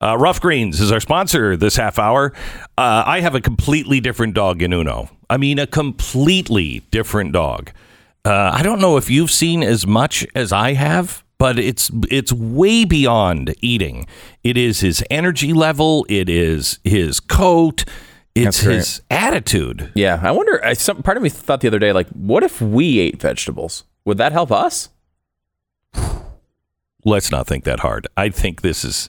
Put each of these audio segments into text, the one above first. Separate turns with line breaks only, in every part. Uh, Rough Greens is our sponsor this half hour. Uh, I have a completely different dog in Uno. I mean, a completely different dog. Uh, I don't know if you've seen as much as I have, but it's it's way beyond eating. It is his energy level. It is his coat. It's
That's right.
his attitude.
Yeah, I wonder. I, some part of me thought the other day, like, what if we ate vegetables? Would that help us?
let's not think that hard. I think this is,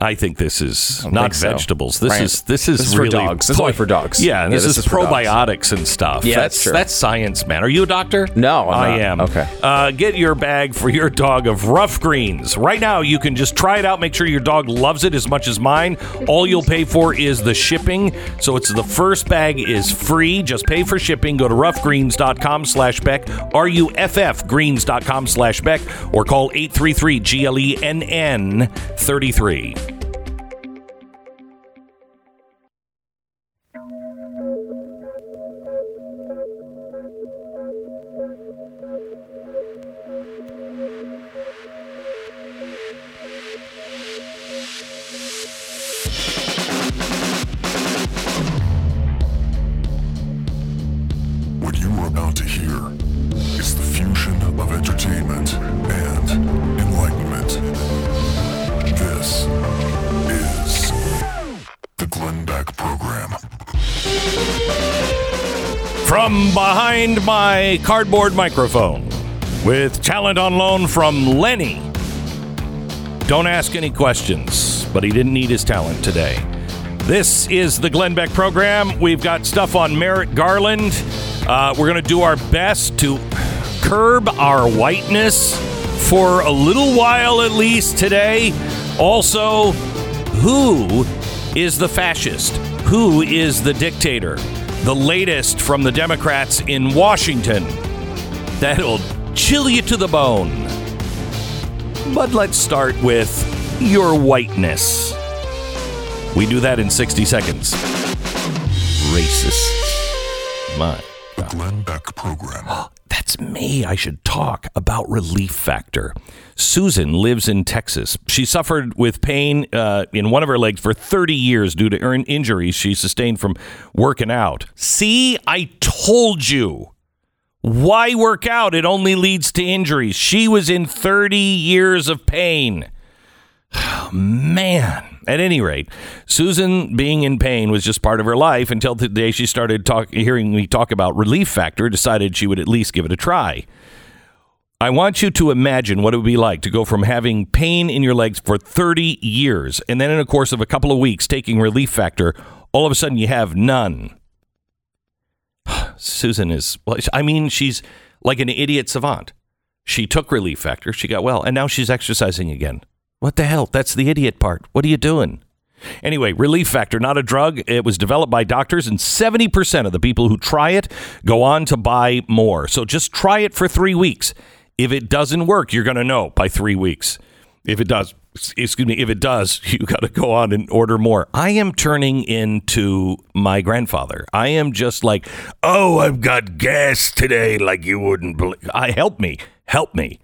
I think this is not
think so.
vegetables. This
Right.
is this is
This is for
really
dogs. This is only for dogs.
Yeah, and
Yeah,
this,
this
is,
is for dogs.
probiotics and stuff.
Yeah,
that's
that's true.
that's science, man. Are you a doctor?
No, Oh, I'm
I
not.
am.
Okay.
Uh, get your bag for your dog of Rough Greens right now. You can just try it out. Make sure your dog loves it as much as mine. All you'll pay for is the shipping. So it's the first bag is free. Just pay for shipping. Go to roughgreens.com/beck. R U F F greens.com/beck or call 833 G L E N N 33.
What you are about to hear is the fusion of entertainment and enlightenment. This is the Glenn Beck Program.
From behind my cardboard microphone with talent on loan from Lenny. Don't ask any questions, but he didn't need his talent today. This is the Glenn Beck program. We've got stuff on Merrick Garland. Uh, we're going to do our best to curb our whiteness for a little while at least today. Also, who is the fascist? Who is the dictator? The latest from the Democrats in Washington. That'll chill you to the bone. But let's start with your whiteness. We do that in 60 seconds. Racist. My.
The Glenn Beck Program.
That's me. I should talk about Relief Factor. Susan lives in Texas. She suffered with pain uh, in one of her legs for 30 years due to earn- injuries she sustained from working out. See, I told you. Why work out? It only leads to injuries. She was in 30 years of pain man. At any rate, Susan being in pain was just part of her life until the day she started talk, hearing me talk about Relief Factor, decided she would at least give it a try. I want you to imagine what it would be like to go from having pain in your legs for 30 years and then, in the course of a couple of weeks, taking Relief Factor, all of a sudden you have none. Susan is, well, I mean, she's like an idiot savant. She took Relief Factor, she got well, and now she's exercising again. What the hell? That's the idiot part. What are you doing? Anyway, Relief Factor, not a drug. It was developed by doctors, and 70% of the people who try it go on to buy more. So just try it for three weeks. If it doesn't work, you're going to know by three weeks. If it does, excuse me, if it does, you got to go on and order more. I am turning into my grandfather. I am just like, oh, I've got gas today, like you wouldn't believe. I help me, help me.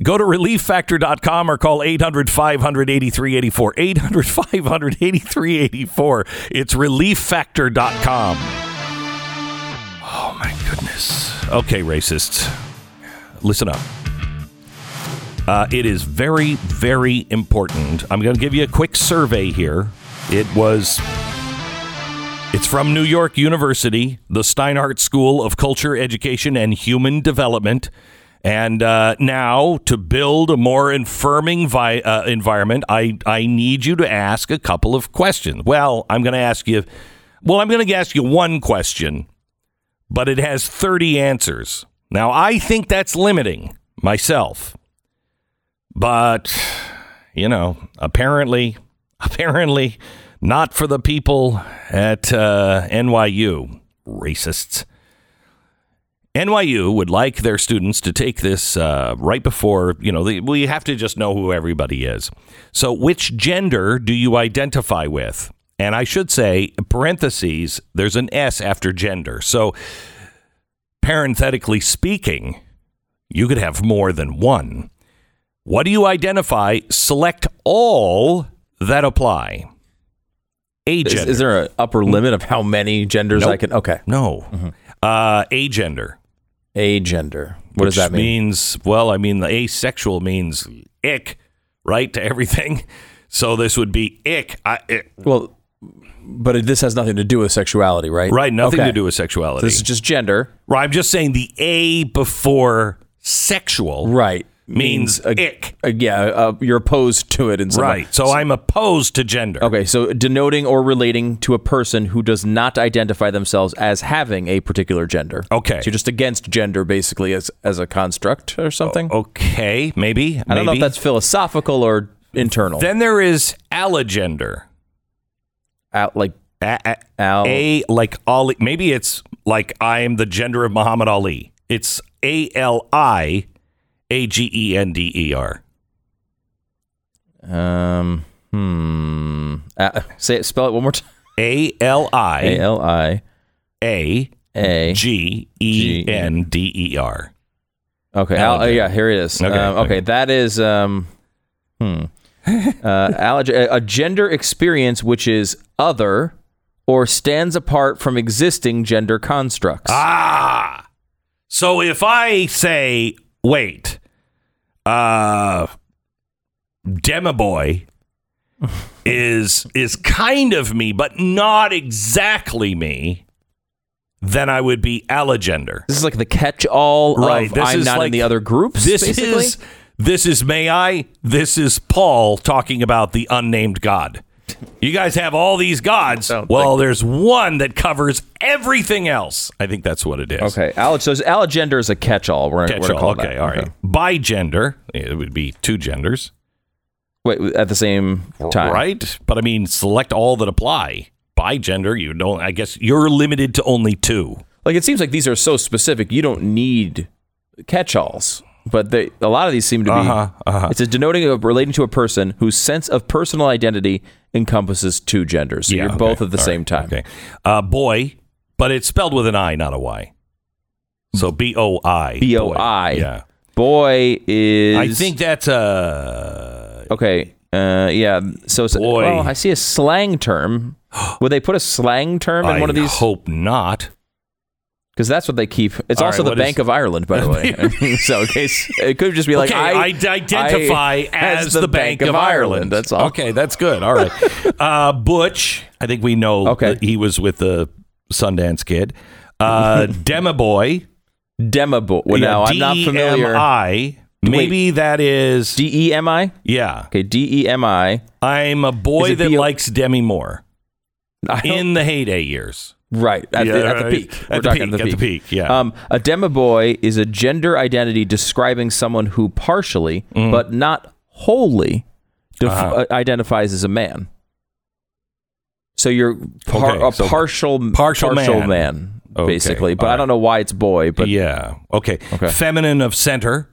Go to relieffactor.com or call 800 500 8384. 800 500 8384. It's relieffactor.com. Oh, my goodness. Okay, racists, listen up. Uh, it is very, very important. I'm going to give you a quick survey here. It was. It's from New York University, the Steinhardt School of Culture, Education, and Human Development. And uh, now, to build a more affirming vi- uh, environment, I, I need you to ask a couple of questions. Well, I'm going to ask you, well, I'm going to ask you one question but it has 30 answers. Now, I think that's limiting myself. But, you know, apparently, apparently not for the people at uh, NYU, racists. NYU would like their students to take this uh, right before, you know, the, we have to just know who everybody is. So, which gender do you identify with? And I should say, parentheses, there's an S after gender. So, parenthetically speaking, you could have more than one. What do you identify? Select all that apply. A
Is,
gender.
is there an upper limit of how many genders I
Nope.
can? Okay,
no.
Mm-hmm.
Uh, a gender.
a gender. What does
which
that mean?
Means well, I mean, the asexual means ick, right to everything. So this would be ick. I, ick.
Well, but this has nothing to do with sexuality, right?
Right, nothing
Okay.
to do with sexuality.
This is just gender,
right, I'm just saying the A before sexual
right?
means
a-
ick.
a- yeah, uh, you're opposed to it in some way.
Right. So I'm opposed to gender.
Okay, so denoting or relating to a person who does not identify themselves as having a particular gender.
Okay.
So you're just against gender basically as as a construct or something.
Okay, maybe.
I don't know if
Oh, maybe.
that's philosophical or internal.
Then there is allogender.
Out like
A, a-
Al-
a like Ali. Maybe it's like I am the gender of Muhammad Ali. It's A L I A G E N D E R.
um hmm. Uh, say it, spell it one more time.
A L
A
I
L I
A
A.
G E N D E R.
Okay. Al- uh, yeah, here it is.
Okay,
Okay. Um, okay.
okay.
That is um hmm. Uh, allerg- a- a gender experience which is other or stands apart from existing gender constructs.
Ah. So if I say, wait, uh, Demiboy is is kind of me, but not exactly me, then I would be allogender.
This is like the catch-all
Right,
of
this
I'm
is
not
like-
in the other groups.
This
basically?
is this is may I? This is Paul talking about the unnamed God. You guys have all these gods. Well, there's one that covers everything else. I think that's what it is.
okay. Alleg- so allogender is a catch-all. We're, we're
Catch
gonna
all.
call
Okay,
that.
all right. By gender, it would be two genders,
Wait, at the same time,
right? But I mean, select all that apply. By gender, you don't. I guess you're limited to only two.
Like it seems like these are so specific. You don't need catch-alls, but they, a lot of these seem to be.
Uh-huh, uh-huh.
It's a denoting of relating to a person whose sense of personal identity encompasses two genders. So you're
okay,
both at the
all
same
right,
time.
Okay, uh, boy, but it's spelled with an I, not a Y. So B O I.
B O I.
boy. Yeah,
Boy is.
I think that's uh
Okay. Uh, yeah. So, it's-
Boy.
well, I see a slang term. Would they put a slang term in
I
one of these?
Hope not.
Because that's what they keep. It's
All
also
right,
the
what
Bank
is-
of Ireland, by the way. so in case it could just be like
okay,
I,
I, identify
I-
as, the Bank, of, Ireland.
That's all.
Okay, that's good. All right. uh, Butch, I think we know
Okay.
that he was with the Sundance Kid. Uh, Demiboy.
Demiboy. Well, now I'm not
E
familiar.
D-E-M-I. Maybe that is.
D E M I.
yeah.
Okay, D E M I.
I'm a
Is
boy
it
that
B-
likes Demi Moore
I don't-
in the heyday years.
Right at, the,
Yeah,
at the
right.
peak.
At
We're
the
talking
peak, at the peak, yeah.
Um, a demiboy is a gender identity describing someone who partially, but not wholly, def-
Mm. Uh-huh.
uh, identifies as a man. So you're par-
Okay,
a
so
partial
partial man.
man,
Okay,
basically. But
all
I don't know why it's boy. But
yeah. Okay.
Okay.
Feminine of center.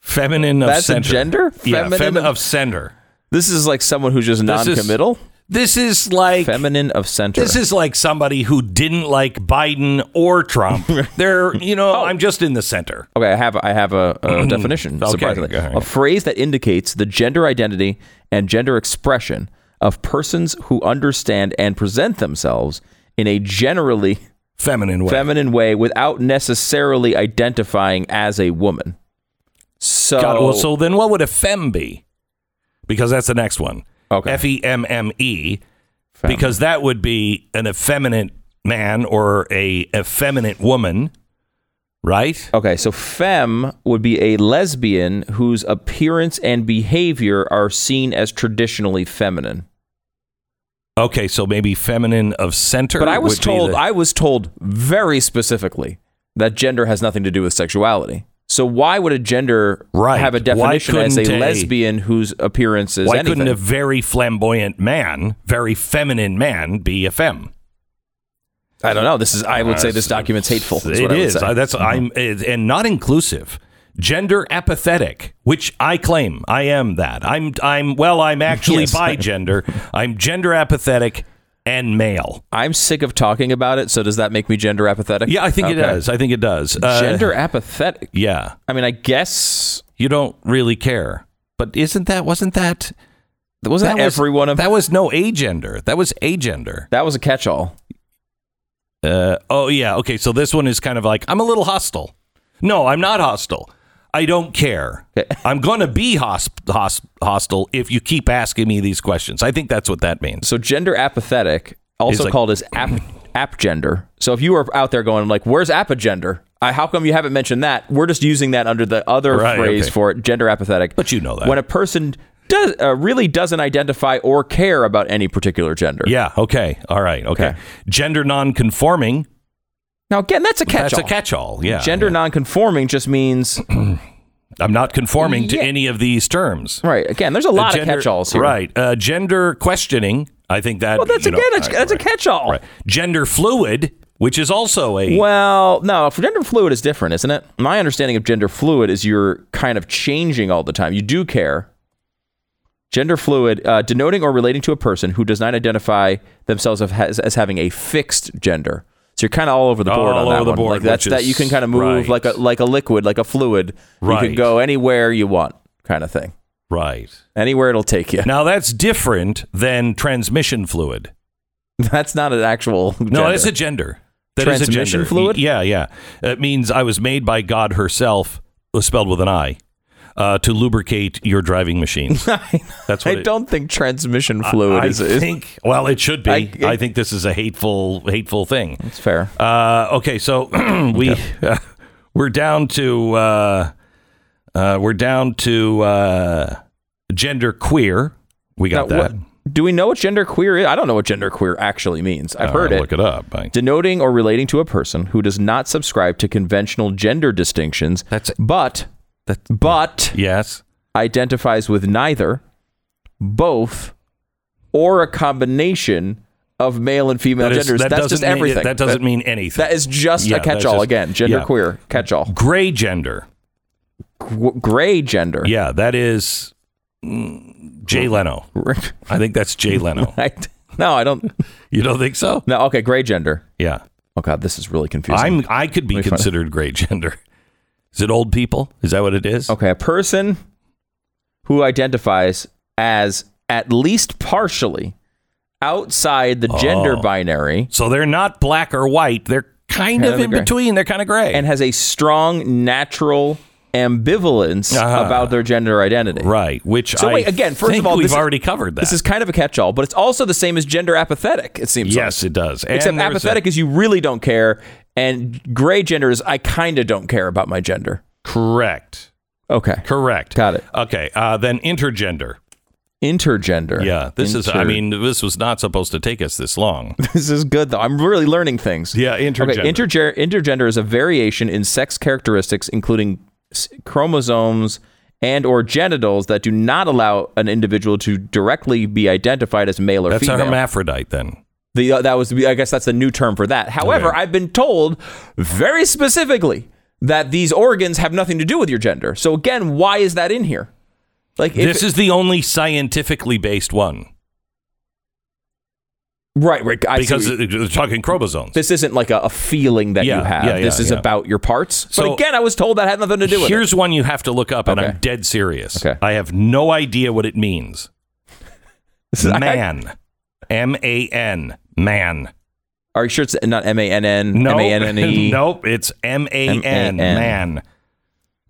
Feminine of
That's a
center.
gender?
Yeah.
Feminine
Feminine
of-
of center.
this is like someone who's just
This is-
non-committal,
This is like
feminine of center.
This is like somebody who didn't like Biden or Trump. They're, you know,
Oh.
I'm just in the center.
Okay, I have I have a, a definition.
Okay,
Surprisingly,
go ahead.
a phrase that indicates the gender identity and gender expression of persons who understand and present themselves in a generally
Feminine way.
feminine way without necessarily identifying as a woman. So,
God, well, so then what would a fem be? Because that's the next one.
Okay.
F E M M E.
Fem.
Because that would be an effeminate man or a effeminate woman, right?
okay, so femme would be a lesbian whose appearance and behavior are seen as traditionally feminine.
Okay, so maybe feminine of center.
Oh. But I was
would be
told
the-
I was told very specifically that gender has nothing to do with sexuality. So why would a gender
Right.
have a
Why
definition as
couldn't a-
a lesbian whose appearance is
why
anything?
couldn't a very flamboyant man, very feminine man, be a femme?
I don't know. This is I would say this document's hateful. is
It
what I would
is.
say.
I- Mm-hmm. That's I'm it- and not inclusive. Gender apathetic, which I claim I am that. I'm I'm well, I'm actually
Yes.
bi gender. I'm gender apathetic and male.
I'm sick of talking about it. So does that make me gender apathetic?
Yeah, I think it
Okay.
does. I think it does. Uh,
Gender apathetic.
Yeah.
I mean, I guess
You don't really care. But isn't that wasn't that
Was that,
was-
every one of
that was no agender. That was agender.
That was a catch-all.
Uh, oh yeah, okay. So this one is kind of like I'm a little hostile. No, I'm not hostile. I don't care. I'm going to be hosp- hosp- hostile if you keep asking me these questions. I think that's what that means.
So gender apathetic, also
It's like-
called as ap apgender. So if you are out there going like, "Where's apagender? I, how come you haven't mentioned that?" We're just using that under the other
Right,
phrase
okay.
for it, gender apathetic.
But you know that.
when a person does uh, really doesn't identify or care about any particular gender.
Yeah. Okay. All right. Okay.
Okay.
Gender non-conforming.
Now again, that's a catch.
That's a catch-all. Yeah.
Gender nonconforming just means
I'm not conforming to
Yeah.
any of these terms.
right. Again, there's a lot
gender,
of catch-alls here.
Right. Uh, gender questioning. I think that.
Well, that's
you know,
again, that's,
uh,
that's a
right.
catch-all.
Right. Gender fluid, which is also a.
Well, no, for gender fluid is different, isn't it? My understanding of gender fluid is you're kind of changing all the time. You do care. Gender fluid, uh, denoting or relating to a person who does not identify themselves of- as, as having a fixed gender. So you're kind of all over the board
All
on that
over the
one.
board,
like that's
which
that you
is
can kind of move
right.
like a like a liquid, like a fluid. You
Right.
can go anywhere you want, kind of thing.
Right.
Anywhere it'll take you.
Now that's different than transmission fluid.
That's not an actual.
No,
gender.
it's a gender. That is a
Transmission
gender.
fluid?
Y- Yeah, yeah. It means I was made by God herself, was spelled with an I, uh, to lubricate your driving machines. That's what
I
it-
don't think transmission fluid
I
is, is.
think. Well, it should be.
I-
I,
I-
think this is a hateful, hateful thing.
It's fair.
Uh, okay, so we uh, we're down to uh, uh, we're down to uh, gender queer. We got
Now,
that.
What, do we know what gender queer is? I don't know what gender queer actually means. I've
Uh,
heard it.
Look it up. I-
Denoting or relating to a person who does not subscribe to conventional gender distinctions,
That's-
but
That's-
but
yes.
identifies with neither, both, or a combination of male and female
That is-
genders.
that
That's
doesn't
just
mean,
everything.
That doesn't mean anything.
That is just
Yeah,
a
that's
catch-all
just-
again. Gender queer catch-all.
gray gender.
G- gray gender.
Yeah, that is mm, Jay Leno. I think that's Jay Leno.
Right? No, I don't.
You don't think so?
No, okay, gray gender.
Yeah.
Oh god, this is really confusing.
I'm I could be
Let me find it.
considered gray gender. Is it old people? Is that what it is?
Okay, a person who identifies as at least partially outside the gender
Oh.
binary
So they're not black or white. They're kind
Yeah,
of
they're
in
gray.
between. They're kind of gray.
and has a strong natural ambivalence
Ah.
about their gender identity.
right, which
So
I
wait, again, first of
think
all,
we've
this is-
already covered that.
This is kind of a catch-all, but it's also the same as gender apathetic. It seems.
yes,
like.
it does. And
except
there's a-
apathetic is you really don't care, and gray gender is I kind of don't care about my gender.
correct.
Okay,
Correct.
Got it.
Okay. Uh, then intergender.
intergender.
Yeah. This is. I
Inter-
mean, this was not supposed to take us this long.
this is good though. I'm really learning things.
Yeah. Intergender.
Okay, interger- intergender is a variation in sex characteristics, including s- chromosomes and or genitals that do not allow an individual to directly be identified as male or
That's a
female.
hermaphrodite then.
the, uh, that was, I guess, that's the new term for that. However,
Okay.
I've been told very specifically that these organs have nothing to do with your gender. So again, why is that in here? Like, if,
this is the only scientifically based one
right, right. I see
because
what you-
they're talking chromosomes.
this isn't like a, a feeling that you
Yeah,
have.
yeah, yeah,
this is
yeah.
about your parts.
So-
but again, I was told that had nothing to do with it.
Here's one you have to look up, and
Okay.
I'm dead serious.
Okay.
I have no idea what it means.
This is- I-
Man. M A N. Man.
Are you sure it's not M A N N?
No.
M A N N E.
Nope. It's M A N.
M A N.
Man.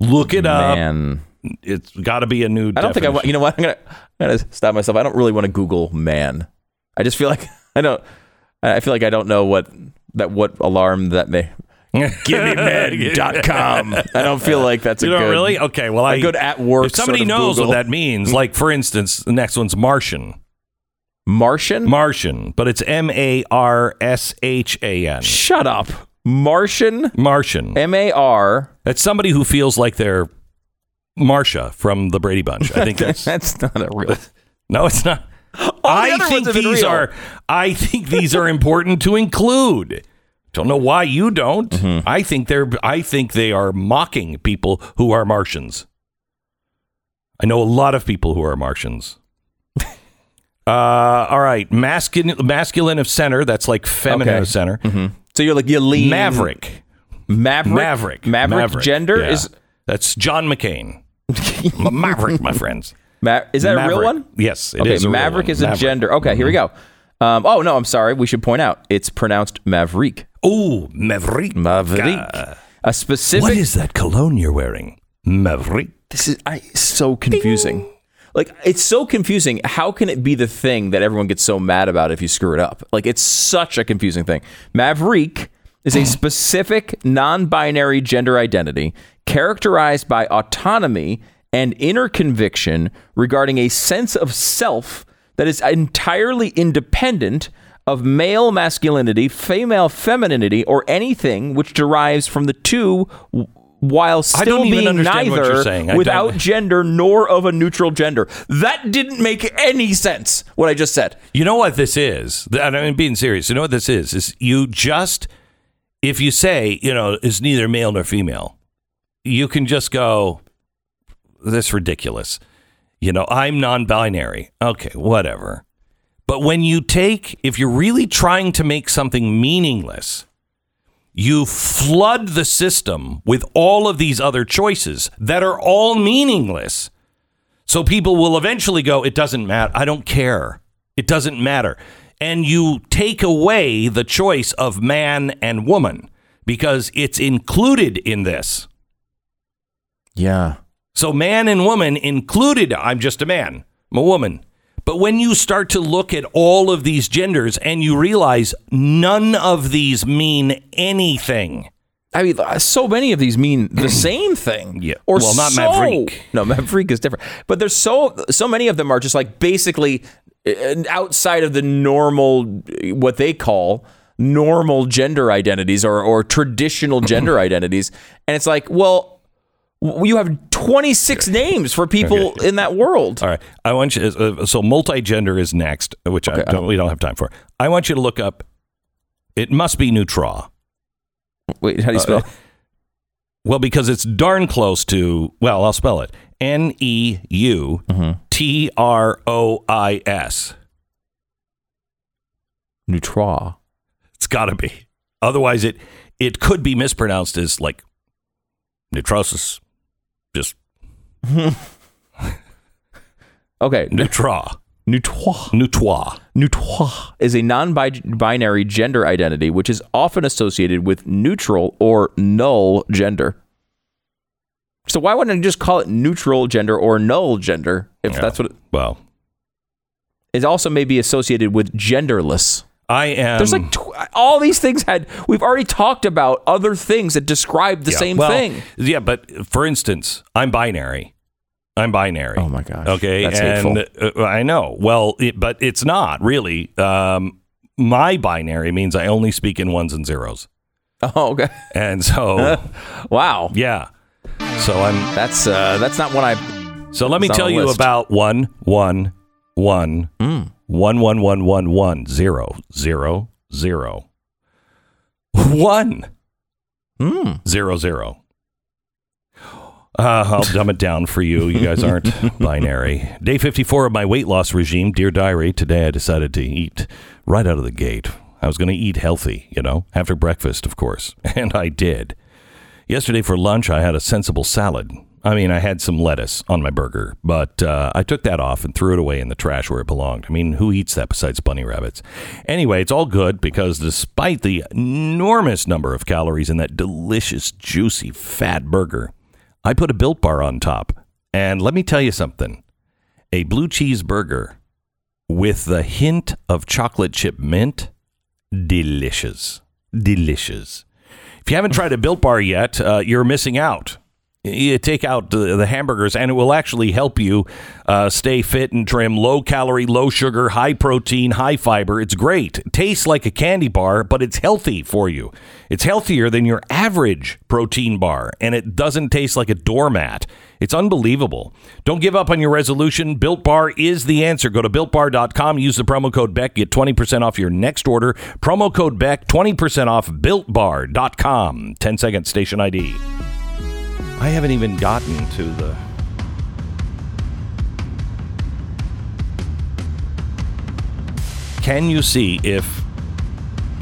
Look it up.
Man.
It's got to be a new.
I don't think I want. You know what? I'm gonna, I'm gonna stop myself. I don't really want to Google man. I just feel like I don't. I feel like I don't know what that what alarm that may. GimmeMen.com. I don't feel like that's
You
a
don't
good.
really? Okay. Well, I
good at work
If somebody
sort of
knows
Google. Mm-hmm.
what that means, like for instance, the next one's Martian.
Martian.
Martian, but it's M A R S H A N.
Shut up. Martian.
Martian.
M A R.
That's somebody who feels like they're Marsha from the Brady Bunch. I think that's
That's not a real.
no, it's not.
other
I
ones
think
have been
these
real.
are. I think these are important to include. Don't know why you don't.
Mm-hmm.
I think they're. I think they are mocking people who are Martians. I know a lot of people who are Martians. uh, all right, masculine, masculine of center. That's like feminine
Okay.
of center.
So you're like you lean
Maverick.
Maverick.
Maverick.
Maverick. Gender
yeah.
is
that's John McCain. M- Maverick, my friends.
Ma- is that a real
Maverick.
one?
Yes, it
okay,
is a real
Maverick
one.
is a
Maverick. Mm-hmm.
gender. Okay, here we go. Um, oh no, I'm sorry. We should point out it's pronounced Maverick.
Oh, Maverick.
Maverick. A specific.
What is that cologne you're wearing? Maverick.
this is I, so confusing. Like it's so confusing. How can it be the thing that everyone gets so mad about if you screw it up? Like it's such a confusing thing. Maverick is a specific non-binary gender identity characterized by autonomy and inner conviction regarding a sense of self that is entirely independent of male masculinity, female femininity, or anything which derives from the two w- while still
I don't even
being
understand what
neither
you're saying. I don't-
without gender nor of a neutral gender. That didn't make any sense, what I just said.
You know what this is? Th- And I'm being serious. You know what this is? Is you just if you say you know is neither male nor female, you can just go. That's ridiculous. You know, I'm non-binary. Okay, whatever. But when you take, if you're really trying to make something meaningless, you flood the system with all of these other choices that are all meaningless. So people will eventually go, it doesn't matter. I don't care. It doesn't matter. And you take away the choice of man and woman because it's included in this.
Yeah.
So man and woman included, I'm just a man, I'm a woman. But when you start to look at all of these genders and you realize none of these mean anything.
I mean, uh, so many of these mean the same thing.
Yeah.
Or
Well, not
so-
Maverick.
No, Maverick is different. But there's so so many of them are just like basically uh, outside of the normal, uh, what they call normal gender identities or or traditional gender identities, and it's like, well, w- you have 26 names for people in that world.
All right, I want you. Uh, so multigender is next, which I don't, we don't have time for. I want you to look up. It must be Neutra.
Wait, how do you spell?
Well, because it's darn close to. Well, I'll spell it. N e u t r o i s.
Neutra.
It's got to be. Otherwise, it it could be mispronounced as like neutrosis, just
Okay,
neutra,
neutra.
neutra.
Neutra is a non-binary gender identity, which is often associated with neutral or null gender. So why wouldn't I just call it neutral gender or null gender if
Yeah.
that's what it,
Well,
it also may be associated with genderless?
I am.
There's like tw- all these things had we've already talked about other things that describe the
Yeah,
same
well,
thing.
Yeah, but for instance, I'm binary. I'm binary.
Oh my gosh,
Okay,
that's
and uh, I know. Well, it, but it's not really. Um, my binary means I only speak in ones and zeros,
Oh, okay.
and so
Wow,
yeah. So I'm.
that's uh, that's not what I
So let me
It's on
tell
the
you
list. Mm.
about one, one, one, one, one, one, one, one, zero, zero, zero, one,
Mm.
zero, zero. Uh, I'll dumb it down for you. You guys aren't binary. Day 54 of my weight loss regime, Dear Diary. Today I decided to eat right out of the gate. I was going to eat healthy, you know, after breakfast, of course. And I did. Yesterday for lunch, I had a sensible salad. I mean, I had some lettuce on my burger, but uh, I took that off and threw it away in the trash where it belonged. I mean, who eats that besides bunny rabbits? Anyway, it's all good because despite the enormous number of calories in that delicious, juicy, fat burger, I put a built bar on top. And let me tell you something a blue cheese burger with the hint of chocolate chip mint, delicious. Delicious. If you haven't tried a Built Bar yet, uh, you're missing out. You take out the, the hamburgers, and it will actually help you uh, stay fit and trim. Low calorie, low sugar, high protein, high fiber. It's great. It tastes like a candy bar, but it's healthy for you. It's healthier than your average protein bar, and it doesn't taste like a doormat. It's unbelievable. Don't give up on your resolution. Built Bar is the answer. Go to builtbar.com, use the promo code Beck, get 20% off your next order. Promo code Beck, 20% off builtbar.com. 10 second station ID. I haven't even gotten to the. Can you see if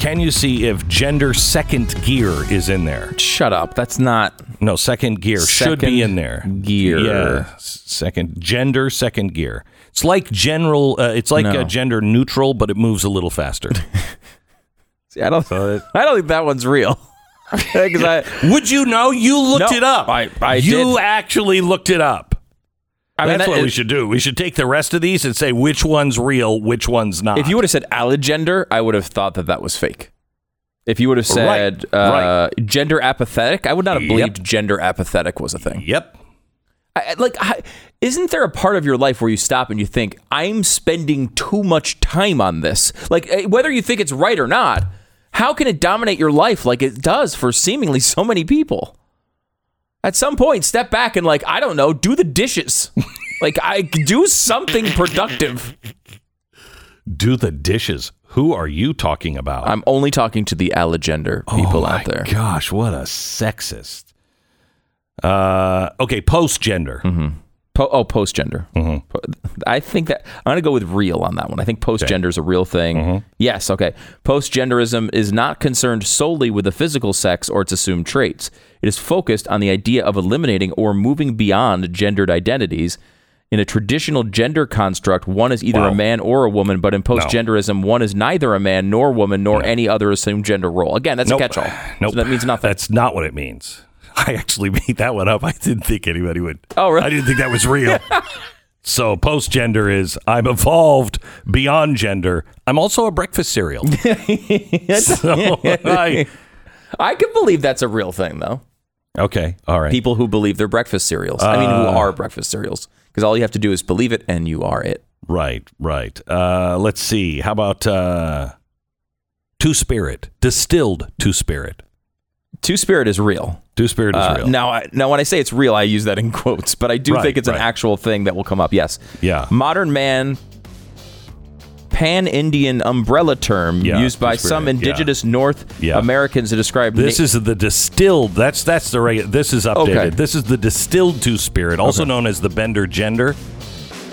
Can you see if gender second gear is in there?
Shut up. That's not
No, second gear should
Second
be in there.
gear.
Yeah, s- second gender, second gear. It's like general. Uh, it's like
No.
uh, gender neutral, but it moves a little faster.
See, I don't. I don't think that one's real. 'Cause I,
Would you know? You looked
No,
it up.
I- I
you
did.
actually looked it up.
I mean,
That's
that-
what we should do. We should take the rest of these and say which one's real, which one's not.
If you would have said allegender, I would have thought that that was fake. If you would have said
Right,
uh, gender apathetic, I would not have
Yep.
believed gender apathetic was a thing.
yep.
I, I- like, I, isn't there a part of your life where you stop and you think, I'm spending too much time on this? Like, eh, whether you think it's right or not, how can it dominate your life like it does for seemingly so many people? At some point, step back and, like, I don't know, do the dishes. like, I do something productive.
Do the dishes. Who are you talking about?
I'm only talking to the allegender people
oh
out
my
there.
Gosh, what a sexist. Uh, okay, post gender.
Po- oh, post gender.
Mm-hmm.
Po- I think that I'm going to go with real on that one. I think post gender is a real thing.
Mm-hmm.
Yes. Okay. Post genderism is not concerned solely with the physical sex or its assumed traits. It is focused on the idea of eliminating or moving beyond gendered identities. In a traditional gender construct, one is either
Wow.
a man or a woman, but in post genderism, one is neither a man nor woman nor any other assumed gender role. Again, that's
Nope.
a catch all.
Nope.
So that means nothing.
That's not what it means. I actually made that one up. I didn't think anybody would.
Oh, really?
I didn't think that was real. so post gender is I'm evolved beyond gender. I'm also a breakfast cereal. so I,
I can believe that's a real thing, though.
okay, all right.
people who believe they're breakfast cereals. I mean, who are breakfast cereals? Because all you have to do is believe it, and you are it.
Right, right. Uh, let's see. How about uh, Two Spirit? Distilled Two Spirit.
Two Spirit is real.
Two Spirit is
Uh,
real.
Now, I, now, when I say it's real, I use that in quotes, but I do
Right,
think it's
right.
an actual thing that will come up. Yes.
Yeah.
Modern man, pan Indian umbrella term
Yeah,
used by
Two Spirit,
some
yeah.
indigenous North
Yeah.
Americans to describe
This
na-
is the distilled. That's that's the right. This is updated.
Okay.
This is the distilled two spirit, also known as the Bender gender,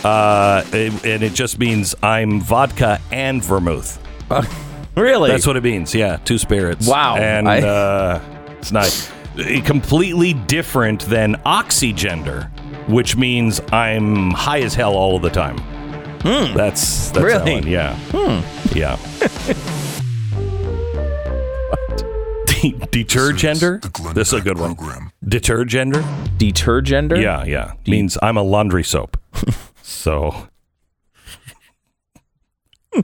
uh, it- and it just means I'm vodka and vermouth.
really
That's what it means. Yeah, two spirits.
Wow.
and
I-
uh, it's nice. Uh, Completely different than oxygender, which means I'm high as hell all of the time. That's that's that
Hmm. Really? Hmm.
one, Yeah. Yeah. De- detergender. This is a good one.
Program.
Detergender.
detergender.
Yeah, yeah. Means I'm a laundry soap. so.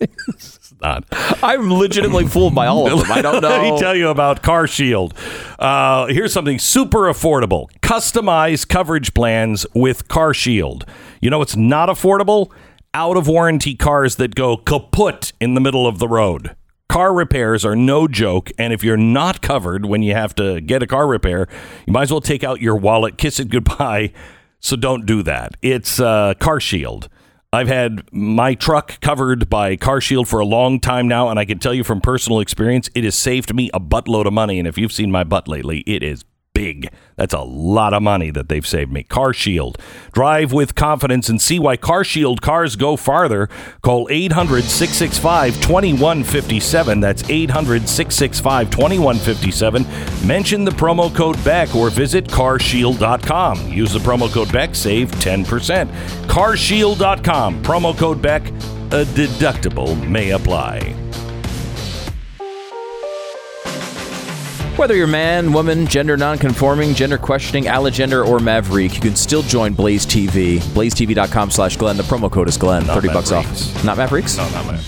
It's not.
I'm legitimately fooled by all of them. I don't
Let me
know.
tell you about Car Shield. Uh, here's something super affordable: customized coverage plans with Car Shield. You know, it's not affordable. Out of warranty cars that go kaput in the middle of the road. Car repairs are no joke, and if you're not covered when you have to get a car repair, you might as well take out your wallet, kiss it goodbye. So don't do that. It's uh, Car Shield. I've had my truck covered by Car Shield for a long time now, and I can tell you from personal experience, it has saved me a buttload of money. And if you've seen my butt lately, it is big. That's a lot of money that they've saved me. Car Shield. Drive with confidence and see why Car Shield cars go farther. Call 800 665 2157. That's 800 665 2157. Mention the promo code BECK or visit carshield.com. Use the promo code BECK, save 10%. Carshield.com, promo code BECK, a deductible may apply.
Whether you're man, woman, gender nonconforming, gender questioning, allogender, or maverick, you can still join Blaze TV. BlazeTV.com slash Glenn. The promo code is Glenn. 30 bucks
Mavericks.
off. Not mavericks?
No, not my.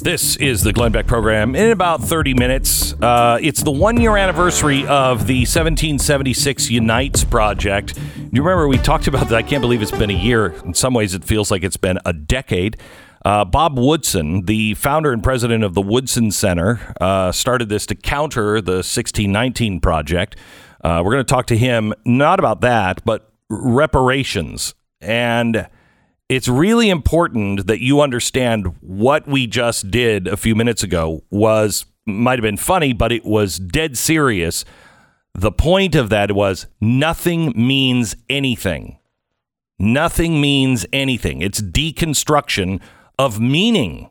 This is the Glenn Beck program. In about 30 minutes, uh, it's the one year anniversary of the 1776 Unites project. You remember we talked about that? I can't believe it's been a year. In some ways, it feels like it's been a decade. Uh, Bob Woodson, the founder and president of the Woodson Center, uh, started this to counter the 1619 project. Uh, we're going to talk to him not about that, but reparations. And it's really important that you understand what we just did a few minutes ago was might have been funny, but it was dead serious. The point of that was nothing means anything. Nothing means anything. It's deconstruction of meaning.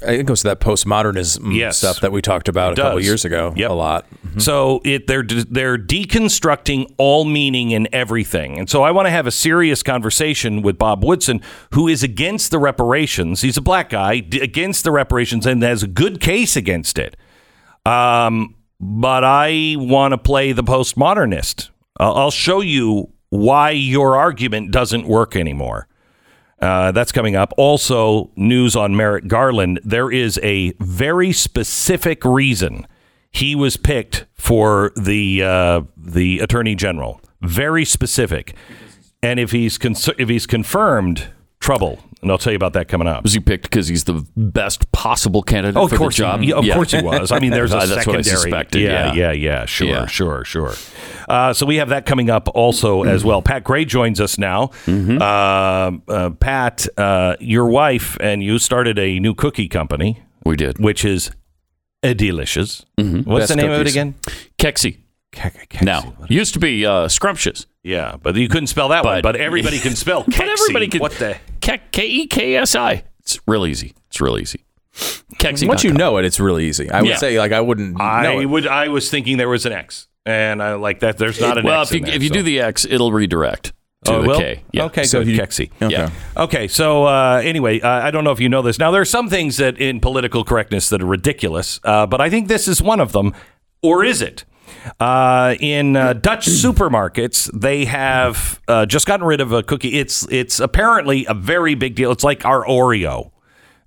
It goes to that postmodernism
Yes.
stuff that we talked about
It
a couple
does.
years ago
Yep. Mm-hmm.
a lot.
So it they're they're deconstructing all meaning in everything. And so I want to have a serious conversation with Bob Woodson, who is against the reparations. He's a black guy d- against the reparations and has a good case against it. Um, but I want to play the postmodernist. Uh, I'll show you why your argument doesn't work anymore. Uh, that's coming up. Also, news on Merrick Garland. There is a very specific reason he was picked for the uh, the attorney general. Very specific. And if he's con- if he's confirmed, trouble. And I'll tell you about that coming up.
Was he picked because he's the best possible candidate
Oh, of
for
course,
the job?
He, of
Yeah.
course he was. I mean, there's a
Uh, That's
secondary.
what I suspected.
yeah, yeah, yeah, Sure,
Yeah.
sure, sure. Uh, so we have that coming up also as well. Pat Gray joins us now. Uh, uh, Pat, uh, your wife and you started a new cookie company,
We did.
which is a delicious. What's
Best
the name of it
cookies.
again?
Kexi. Now, used to be uh, Scrumptious.
yeah, but you couldn't spell that one.
But-
But everybody can spell.
But everybody
Kexi.
can-
What the?
Ke- K E K S I. It's real easy. It's real easy. Kexi.
Once you know it, it's really easy. I would
Yeah.
say, like, I wouldn't know
I
it.
would. I was thinking there was an X, and I like that. There's not an
well,
X.
if you,
in there,
if you
so-
do the X, it'll redirect to
Oh, it
the
will?
K. Yeah.
Okay,
So
good.
you-
Kexi.
Okay.
Yeah.
Okay, so uh, anyway, uh, I don't know if you know this. Now, there are some things that in political correctness that are ridiculous, uh, but I think this is one of them, or is it? Uh, in uh, Dutch supermarkets, they have uh, just gotten rid of a cookie. It's it's apparently a very big deal. It's like our Oreo.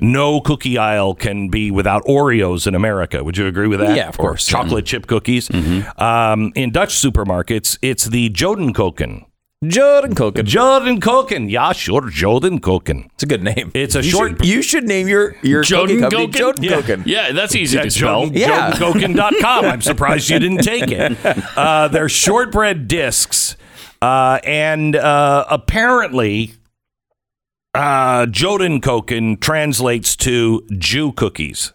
No cookie aisle can be without Oreos in America. Would you agree with that?
Yeah, of
Or
course. Mm-hmm.
chocolate chip cookies. Um, in Dutch supermarkets, it's the Jodenkoken.
Jordan Koken.
Jodenkoken. Ja, sure, Jodenkoken.
It's a good name.
It's a
You
short-
should- you should name your your cookie
Joden
company
Goken?
Jordan
yeah.
Koken.
Yeah, that's easy to spell.
Joden,
Yeah.
jodenkoken.com. I'm surprised you didn't take it. Uh, they're shortbread discs. Uh, and uh, apparently, uh, Jodenkoken translates to Jew cookies.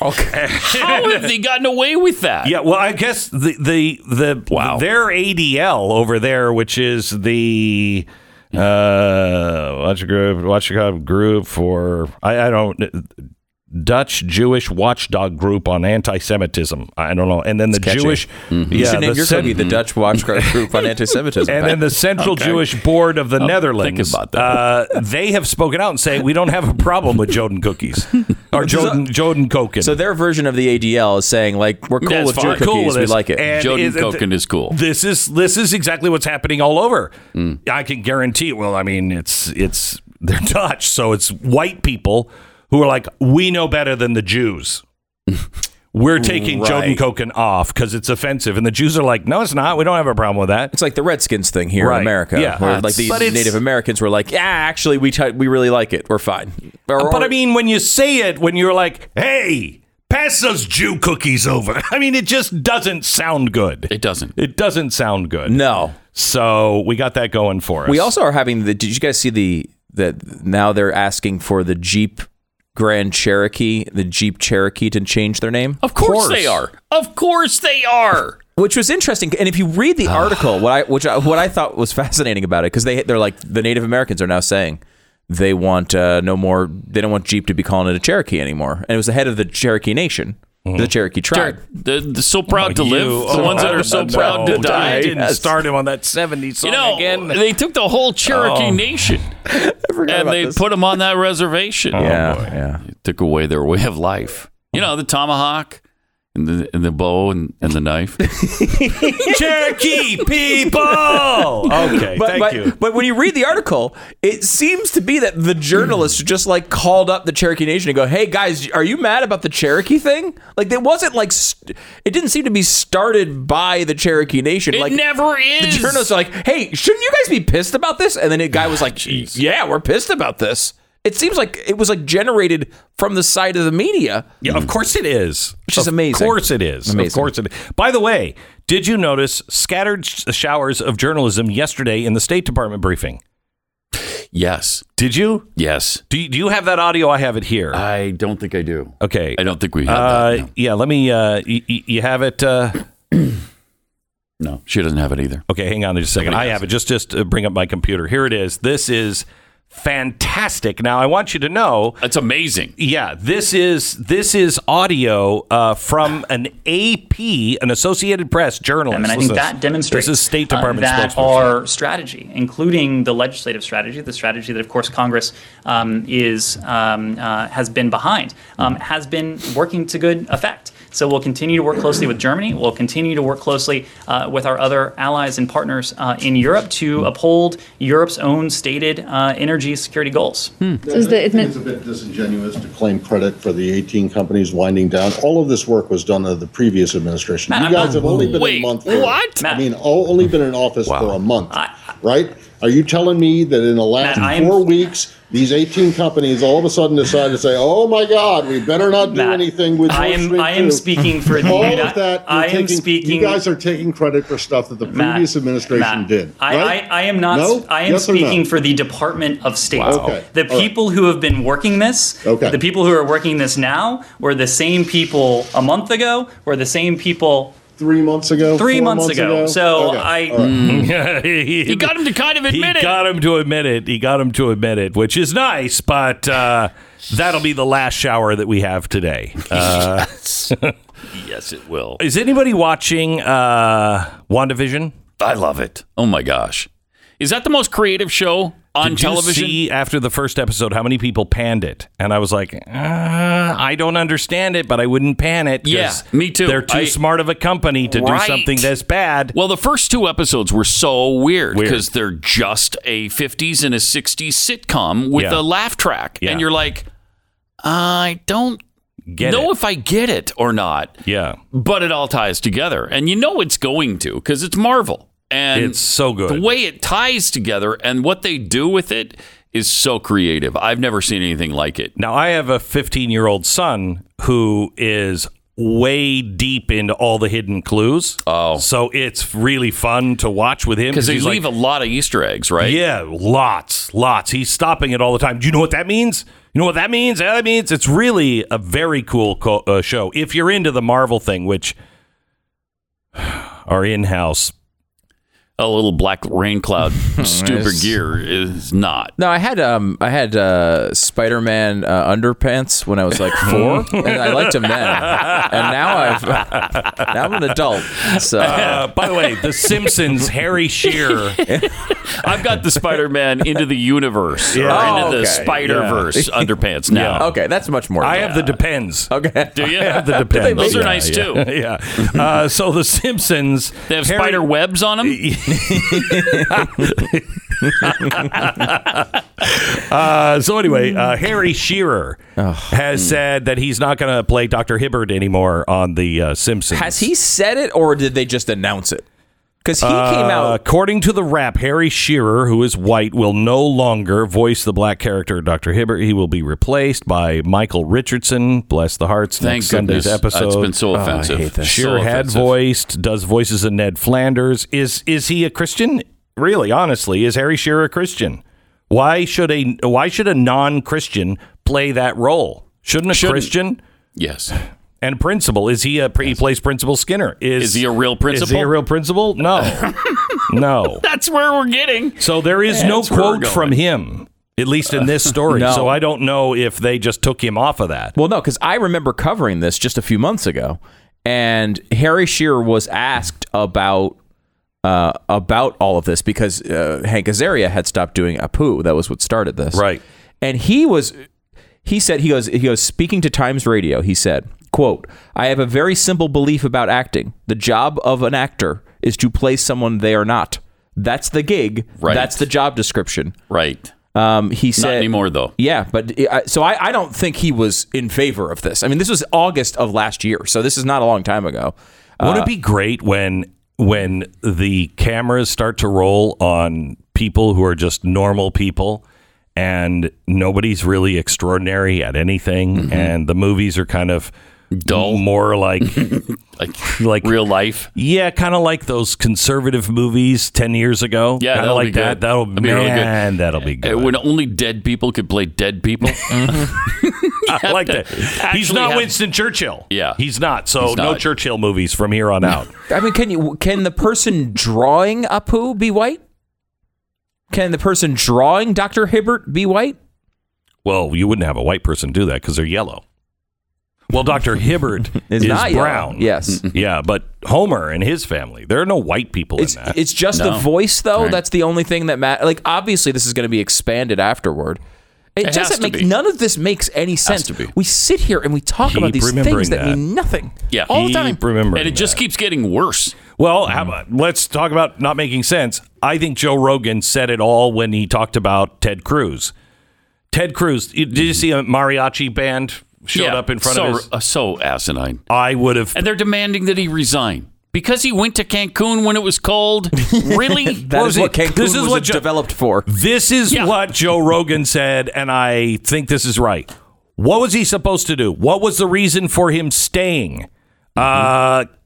How have they gotten away with that?
Yeah, well, I guess the the the
Wow.
their ADL over there, which is the uh, watch group, watch group for I, I don't Dutch Jewish watchdog group on anti-Semitism. I don't know, and then the
catchy. Mm-hmm.
Jewish,
You
yeah,
should name
the
your
cen-
cookie the Dutch Watchdog Group on Anti-Semitism.
and then the Central Jewish Board of the Netherlands.
about that.
Uh, they have spoken out and say we don't have a problem with Joden cookies or Joden Joden Koken.
so their version of the ADL is saying like we're cool
Yeah, it's
with your cookies,
fine. Cool
with
we
this.
like it.
And
Joden
it-
Koken is cool.
This is this is exactly what's happening all over. I can guarantee. Well, I mean, it's it's they're Dutch, so it's white people who are like, we know better than the Jews. We're taking Joden
Right.
Koken off because it's offensive, and the Jews are like, no, it's not. We don't have a problem with that.
it's like the Redskins thing here
Right.
in America,
Yeah.
where
That's-
like these
but it's-
Native Americans were like, yeah, actually we t- we really like it, we're fine. Or-
But
or-
I mean, when you say it, when you're like, hey, pass those Jew cookies over. I mean, it just doesn't sound good.
It doesn't.
It doesn't sound good.
no,
So we got that going for us.
we also are having the. Did you guys see the that now they're asking for the Jeep Grand Cherokee, the Jeep Cherokee, to change their name?
Of course, they are. Of course they are.
which was interesting. And if you read the article, what I which I, what I thought was fascinating about it, because they they're like the Native Americans are now saying they want uh, no more. They don't want Jeep to be calling it a Cherokee anymore. And it was the head of the Cherokee Nation, the Cherokee tribe.
The, the so proud to
You-
live. the
oh,
ones that are so
no,
proud to die.
I didn't
Yes.
start him on that 70s song
You know,
again. Oh.
they took the whole Cherokee Nation and they put them on that reservation.
yeah, yeah.
It took away their way of life. You know, the tomahawk and the, and the bow and, and the knife.
Cherokee people. Okay,
But,
thank
but,
you.
but when you read the article, it seems to be that the journalists just like called up the Cherokee Nation and go, "Hey guys, are you mad about the Cherokee thing?" Like it wasn't like st- it didn't seem to be started by the Cherokee Nation.
It
like
never is.
the journalists are like, "Hey, shouldn't you guys be pissed about this?" And then a guy was like, "Yeah, we're pissed about this." It seems like it was like generated from the side of the media.
Yeah, of course it is.
Which is amazing.
Of course it is. Of
Amazing.
course it. By the way, did you notice scattered sh- showers of journalism yesterday in the State Department briefing?
yes.
Did you?
Yes.
Do you, do you have that audio? I have it here.
I don't think Uh, I do.
okay.
I don't think we have
Uh,
that. no.
Yeah, let me. Uh, y- y- you have it. Uh,
No, she doesn't have it either.
Okay, hang on just a second. I have it. Just just uh, bring up my computer. Here it is. This is fantastic. Now I want you to know.
That's amazing.
Yeah, this is this is audio uh, from an AP, an Associated Press journalist.
And I
Listen
think
to this.
that demonstrates
this is State
uh,
Department
that
spokesperson.
our strategy, including the legislative strategy, the strategy that, of course, Congress um, is um, uh, has been behind, um, has been working to good effect. So we'll continue to work closely with Germany. We'll continue to work closely uh, with our other allies and partners uh, in Europe to uphold Europe's own stated uh, energy security goals.
Hmm.
Does the admin-
It's a bit disingenuous to claim credit for the 18 companies winding down. All of this work was done under the previous administration. You guys have only been
Wait,
a month. for-
what?
I mean, o- only been in office for a month, right? Are you telling me that in the last
Matt, I am-
four weeks, these 18 companies all of a sudden decided to say, "Oh my God, we better not do
Matt,
anything with
I
North
am-
Stream
I am
2."
speaking for the
all
Uni-
of that. you're
I am
taking-
speaking-
You guys are taking credit for stuff that the
Matt,
previous administration
Matt,
did.
I,
right?
I, I am not.
No?
I am
Yes or no?
speaking for the Department of State.
Okay.
The
All right.
people who have been working this,
Okay.
the people who are working this now, were the same people a month ago. Were the same people
three months ago.
three
four
months, ago. So
Okay.
I.
he,
He got him to kind of
he
admit it.
got him to admit it. He got him to admit it, which is nice. But uh, that'll be the last shower that we have today. Uh,
yes, it will.
is anybody watching uh, WandaVision?
I love it. Oh my gosh, is that the most creative show on
Did
television?
You see after the first episode how many people panned it, and I was like, uh, I don't understand it, but I wouldn't pan it. 'cause
Yeah, me too.
They're too
I-
smart of a company to
Right.
do something this bad.
Well, the first two episodes were so weird
Weird.
because they're just a 50s and a 60s sitcom with
Yeah.
a laugh track.
Yeah.
And you're like, I don't
Get
know
it?
if I get it or not,
yeah,
but it all ties together. And you know it's going to because it's Marvel. And
It's so good.
The way it ties together and what they do with it is so creative. I've never seen anything like it.
Now, I have a 15 year old son who is way deep into all the hidden clues. Oh. So it's really fun to watch with him.
Because they
he's
leave a lot of Easter eggs, right?
Yeah, lots, lots. He's stopping it all the time. Do you know what that means? You know what that means? Yeah, that means it's really a very cool co- uh, show. If you're into the Marvel thing, which our in house.
A little black rain cloud stupid gear is not.
No, I had um, I had uh, Spider-Man uh, underpants when I was like four, and I liked him then. And now I've now I'm an adult, so
Uh, by the way, The Simpsons, Harry Shearer.
I've got the Spider Man into the universe or
Yeah.
into
Oh,
the
okay.
Spider Verse underpants now.
okay, that's much more.
I have the depends.
okay.
Do you?
I have the depends.
Those are
Yeah,
nice too.
yeah, yeah. Uh, so The Simpsons.
They have
Harry-
spider webs on them.
Uh, so anyway, uh, Harry Shearer
Oh, hmm.
has said that he's not going to play Dr. Hibbert anymore on The uh, Simpsons.
Has he said it, or did they just announce it? Because he came
Uh,
out.
according to the rap, Harry Shearer, who is white, will no longer voice the black character Dr. Hibbert. He will be replaced by Michael Richardson. Bless the hearts.
Thank
next Sunday's
goodness. Uh,
episode. Oh,
It's been so offensive.
Shearer
So
had
offensive.
voiced, does voices of Ned Flanders. Is is he a Christian? Really, honestly, is Harry Shearer a Christian? Why should a why should a non-Christian play that role? Shouldn't a
Shouldn't.
Christian
Yes.
and principal is he a he plays principal Skinner? Is
Is he a real
Is he
principal?
a real principal? No, no.
That's where we're getting.
So there is no
That's where we're
quote from him, at least in this story.
no.
So I don't know if they just took him off of that.
Well, no, because I remember covering this just a few months ago, and Harry Shearer was asked about uh, about all of this because uh, Hank Azaria had stopped doing Apu. That was what started this,
Right.
And he was, he said, he goes, he goes, speaking to Times Radio, he said, quote, I have a very simple belief about acting. The job of an actor is to play someone they are not. That's the gig.
Right.
That's the job description.
Right.
Um, he
Not
said,
anymore though.
yeah, but uh, I, so I, I don't think he was in favor of this. I mean, this was August of last year, so this is not a long time ago.
Would
Uh,
it be great when when the cameras start to roll on people who are just normal people and nobody's really extraordinary at anything and the movies are kind of
Mm-hmm. Dull.
more like
like
like
real life.
yeah, kind of like those conservative movies ten years ago.
Yeah,
kind of
that'll
like
be
that.
good.
That'll
That'd be really good.
man, that'll be good.
Uh, When only dead people could play dead people.
Mm-hmm. I like that. He's
actually
not
have-
Winston Churchill.
Yeah.
he's not. So
He's
no
not.
Churchill movies from here on out.
I mean, can you can the person drawing Apu be white? Can the person drawing Dr. Hibbert be white?
well, you wouldn't have a white person do that because they're yellow. Well, Doctor Hibbert is,
not yellow.
brown.
Yes.
yeah, but Homer and his family, there are no white people
It's
in that.
it's just the
No.
voice though.
Right.
That's the only thing that matters. Like obviously this is going to be expanded afterward. It,
It has
doesn't
to
make
be.
none of this makes any sense.
to be.
We sit here and we talk
Keep
about these
remembering
things that.
that.
mean nothing.
Yeah.
all the
Keep
time.
Remember,
and it just keeps getting worse.
Well,
Mm-hmm.
how about, let's talk about not making sense. I think Joe Rogan said it all when he talked about Ted Cruz. Ted Cruz, you- did you see a mariachi band showed
Mm-hmm. Yeah,
up in front
so,
of his?
uh, so asinine.
I would have.
And they're demanding that he resign because he went to Cancun when it was cold. Really?
That
What was
is what
it?
Cancun
This is
was
what Jo-
developed for.
This is
Yeah.
what Joe Rogan said, and I think this is right. What was he supposed to do? What was the reason for him staying? Uh,
Mm-hmm.
c-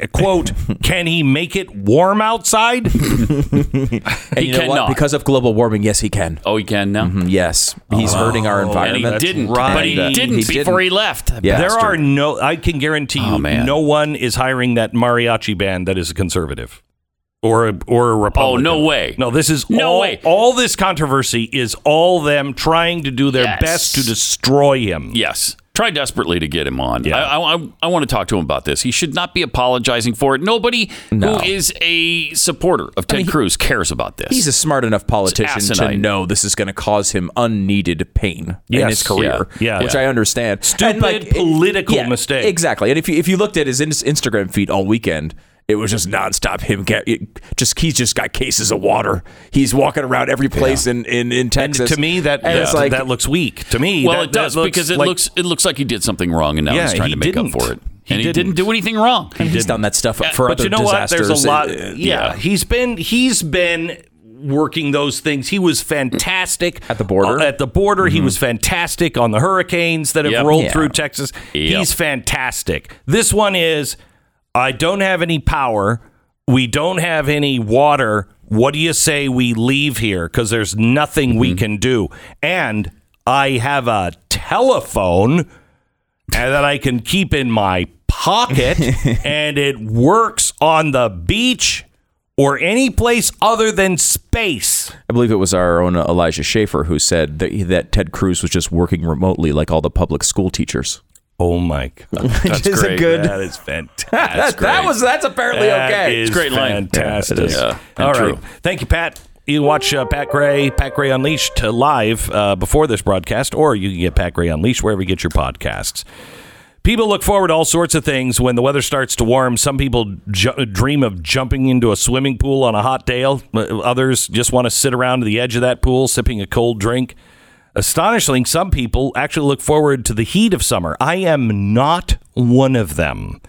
uh, quote, can he make it warm outside?
he
You know what?
cannot.
Because of global warming, yes, he can.
oh, he can now.
Yes, he's hurting
Oh,
our
And he
environment.
didn't.
Mm-hmm. right.
But he
And, uh,
didn't
he
before
didn't.
he left.
Yeah.
there
That's
are no, I can guarantee you,
Oh, man.
no one is hiring that mariachi band that is a conservative or a, or a
Oh,
Republican.
no way.
No, this is
No
all,
way.
all this controversy is all them trying to do their
Yes.
best to destroy him.
Yes. Try desperately to get him on.
Yeah.
I, I, I- I want to talk to him about this. He should not be apologizing for it. Nobody who is a supporter of Ted Cruz cares about this.
He's a smart enough politician to
asinine.
know this is going to cause him unneeded pain in
Yes,
his career,
yeah, yeah.
which I understand.
Stupid
And, it-
political mistake.
exactly. And if you, if you looked at his in- Instagram feed all weekend, it was just nonstop. Him get, it- just he's just got cases of water. He's walking around every place in, in in
And
Texas.
to me, that
And
that,
it's like-
that looks weak. To me,
well,
that-
it does
that looks
because it
like-
looks it looks like he did something wrong, and now
Yeah,
he's trying
he
to make
didn't.
up for it.
He
and he didn't
didn't.
do anything wrong.
he's done that stuff for
But
other
you know what?
disasters.
There's a lot.
Uh,
yeah. he's been he's been working those things. He was fantastic
At the border?
Uh, at the border, he was fantastic on the hurricanes that have
Mm-hmm. Yep.
rolled
Yeah.
through Texas.
Yep.
He's fantastic. This one is I don't have any power. We don't have any water. What do you say we leave here? Because there's nothing
Mm-hmm.
we can do. And I have a telephone and that I can keep in my pocket and it works on the beach or any place other than space.
I believe it was our own Elijah Schaefer who said that, that Ted Cruz was just working remotely like all the public school teachers.
Oh my god. That's
is a
great.
good-
That is fantastic.
that, that was that's apparently
That
okay.
is
great line.
Fantastic.
Yeah, it is. Yeah, and
All right.
true.
Thank you, Pat. You can watch uh, Pat Gray, Pat Gray Unleashed uh, live uh, before this broadcast, or you can get Pat Gray Unleashed wherever you get your podcasts. People look forward to all sorts of things when the weather starts to warm. Some people ju- dream of jumping into a swimming pool on a hot day. Uh, Others just want to sit around to the edge of that pool sipping a cold drink. Astonishingly, some people actually look forward to the heat of summer. I am not one of them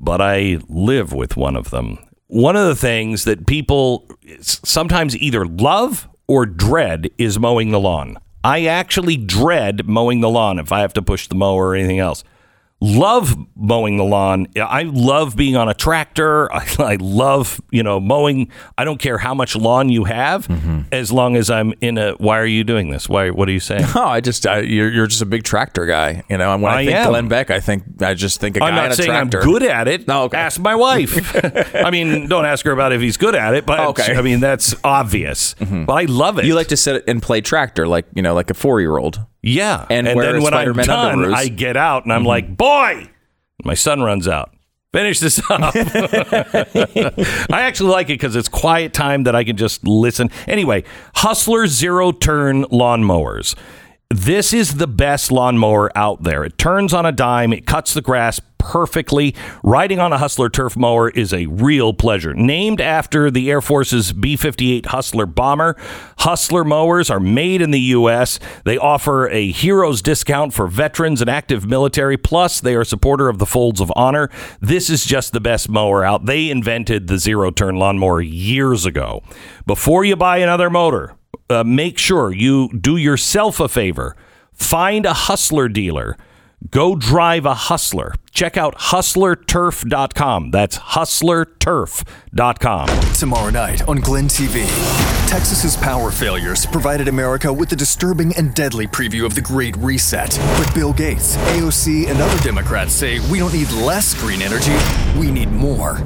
but I live with one of them. One of the things that people s- sometimes either love or dread is mowing the lawn. I actually dread mowing the lawn if I have to push the mower or anything else. Love mowing the lawn. I love being on a tractor. I, I love, you know, mowing. I don't care how much lawn you have, as long as I'm in a. Why are you doing this? Why? What are you saying?
Oh, I just I, you're you're just a big tractor guy, you know. And when I,
I
think
am.
Glenn Beck, I think I just think a guy
I'm
on
not
a
saying
tractor.
I'm good at it.
No, okay.
Ask my wife. I mean, don't ask her about if he's good at it, but
Okay. Mm-hmm.
I mean that's obvious. But I love it.
You like to sit and play tractor, like you know, like a four year old.
yeah.
and wear
then when I'm
Spider-Man
done,
underoos. Mm-hmm.
I get out and I'm like, boy. My son runs out. Finish this up. I actually like it because it's quiet time that I can just listen. Anyway, Hustler Zero Turn Lawnmowers. This is the best lawnmower out there. It turns on a dime, it cuts the grass perfectly. Riding on a Hustler turf mower is a real pleasure. Named after the Air Force's B 58 Hustler bomber, Hustler mowers are made in the U.S. They offer a hero's discount for veterans and active military, plus, they are a supporter of the Folds of Honor. This is just the best mower out. They invented the zero turn lawnmower years ago. Before you buy another motor, uh, make sure you do yourself a favor. Find a hustler dealer. Go drive a hustler. Check out hustlerturf.com. That's hustlerturf.com.
Tomorrow night on Glenn TV. Texas's power failures provided America with a disturbing and deadly preview of the Great Reset. But Bill Gates, AOC, and other Democrats say we don't need less green energy, we need more.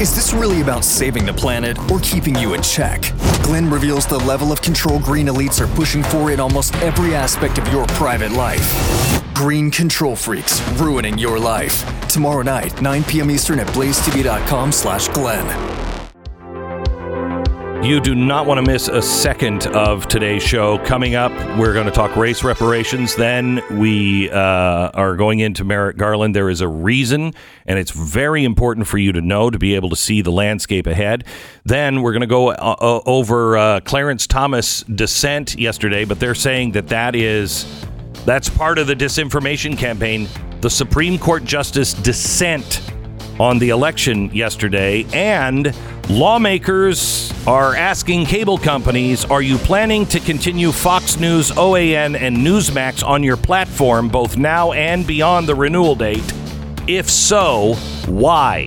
Is this really about saving the planet or keeping you in check? Glenn reveals the level of control green elites are pushing for in almost every aspect of your private life. Green control freaks ruining your life. Tomorrow night, 9 p.m. Eastern at blazetv.com slash Glenn.
You do not want to miss a second of today's show. Coming up, we're going to talk race reparations. Then we uh, are going into Merrick Garland. There is a reason, and it's very important for you to know to be able to see the landscape ahead. Then we're going to go uh, uh, over uh, Clarence Thomas' dissent yesterday, but they're saying that that is that's part of the disinformation campaign. The Supreme Court Justice dissent on the election yesterday, and lawmakers are asking cable companies Are you planning to continue Fox News, OAN, and Newsmax on your platform both now and beyond the renewal date? If so, why?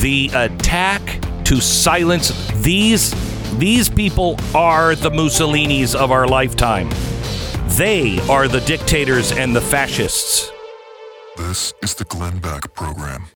the attack to silence these these people are the Mussolinis of our lifetime. They are the dictators and the fascists.
This is the Glenn Beck Program.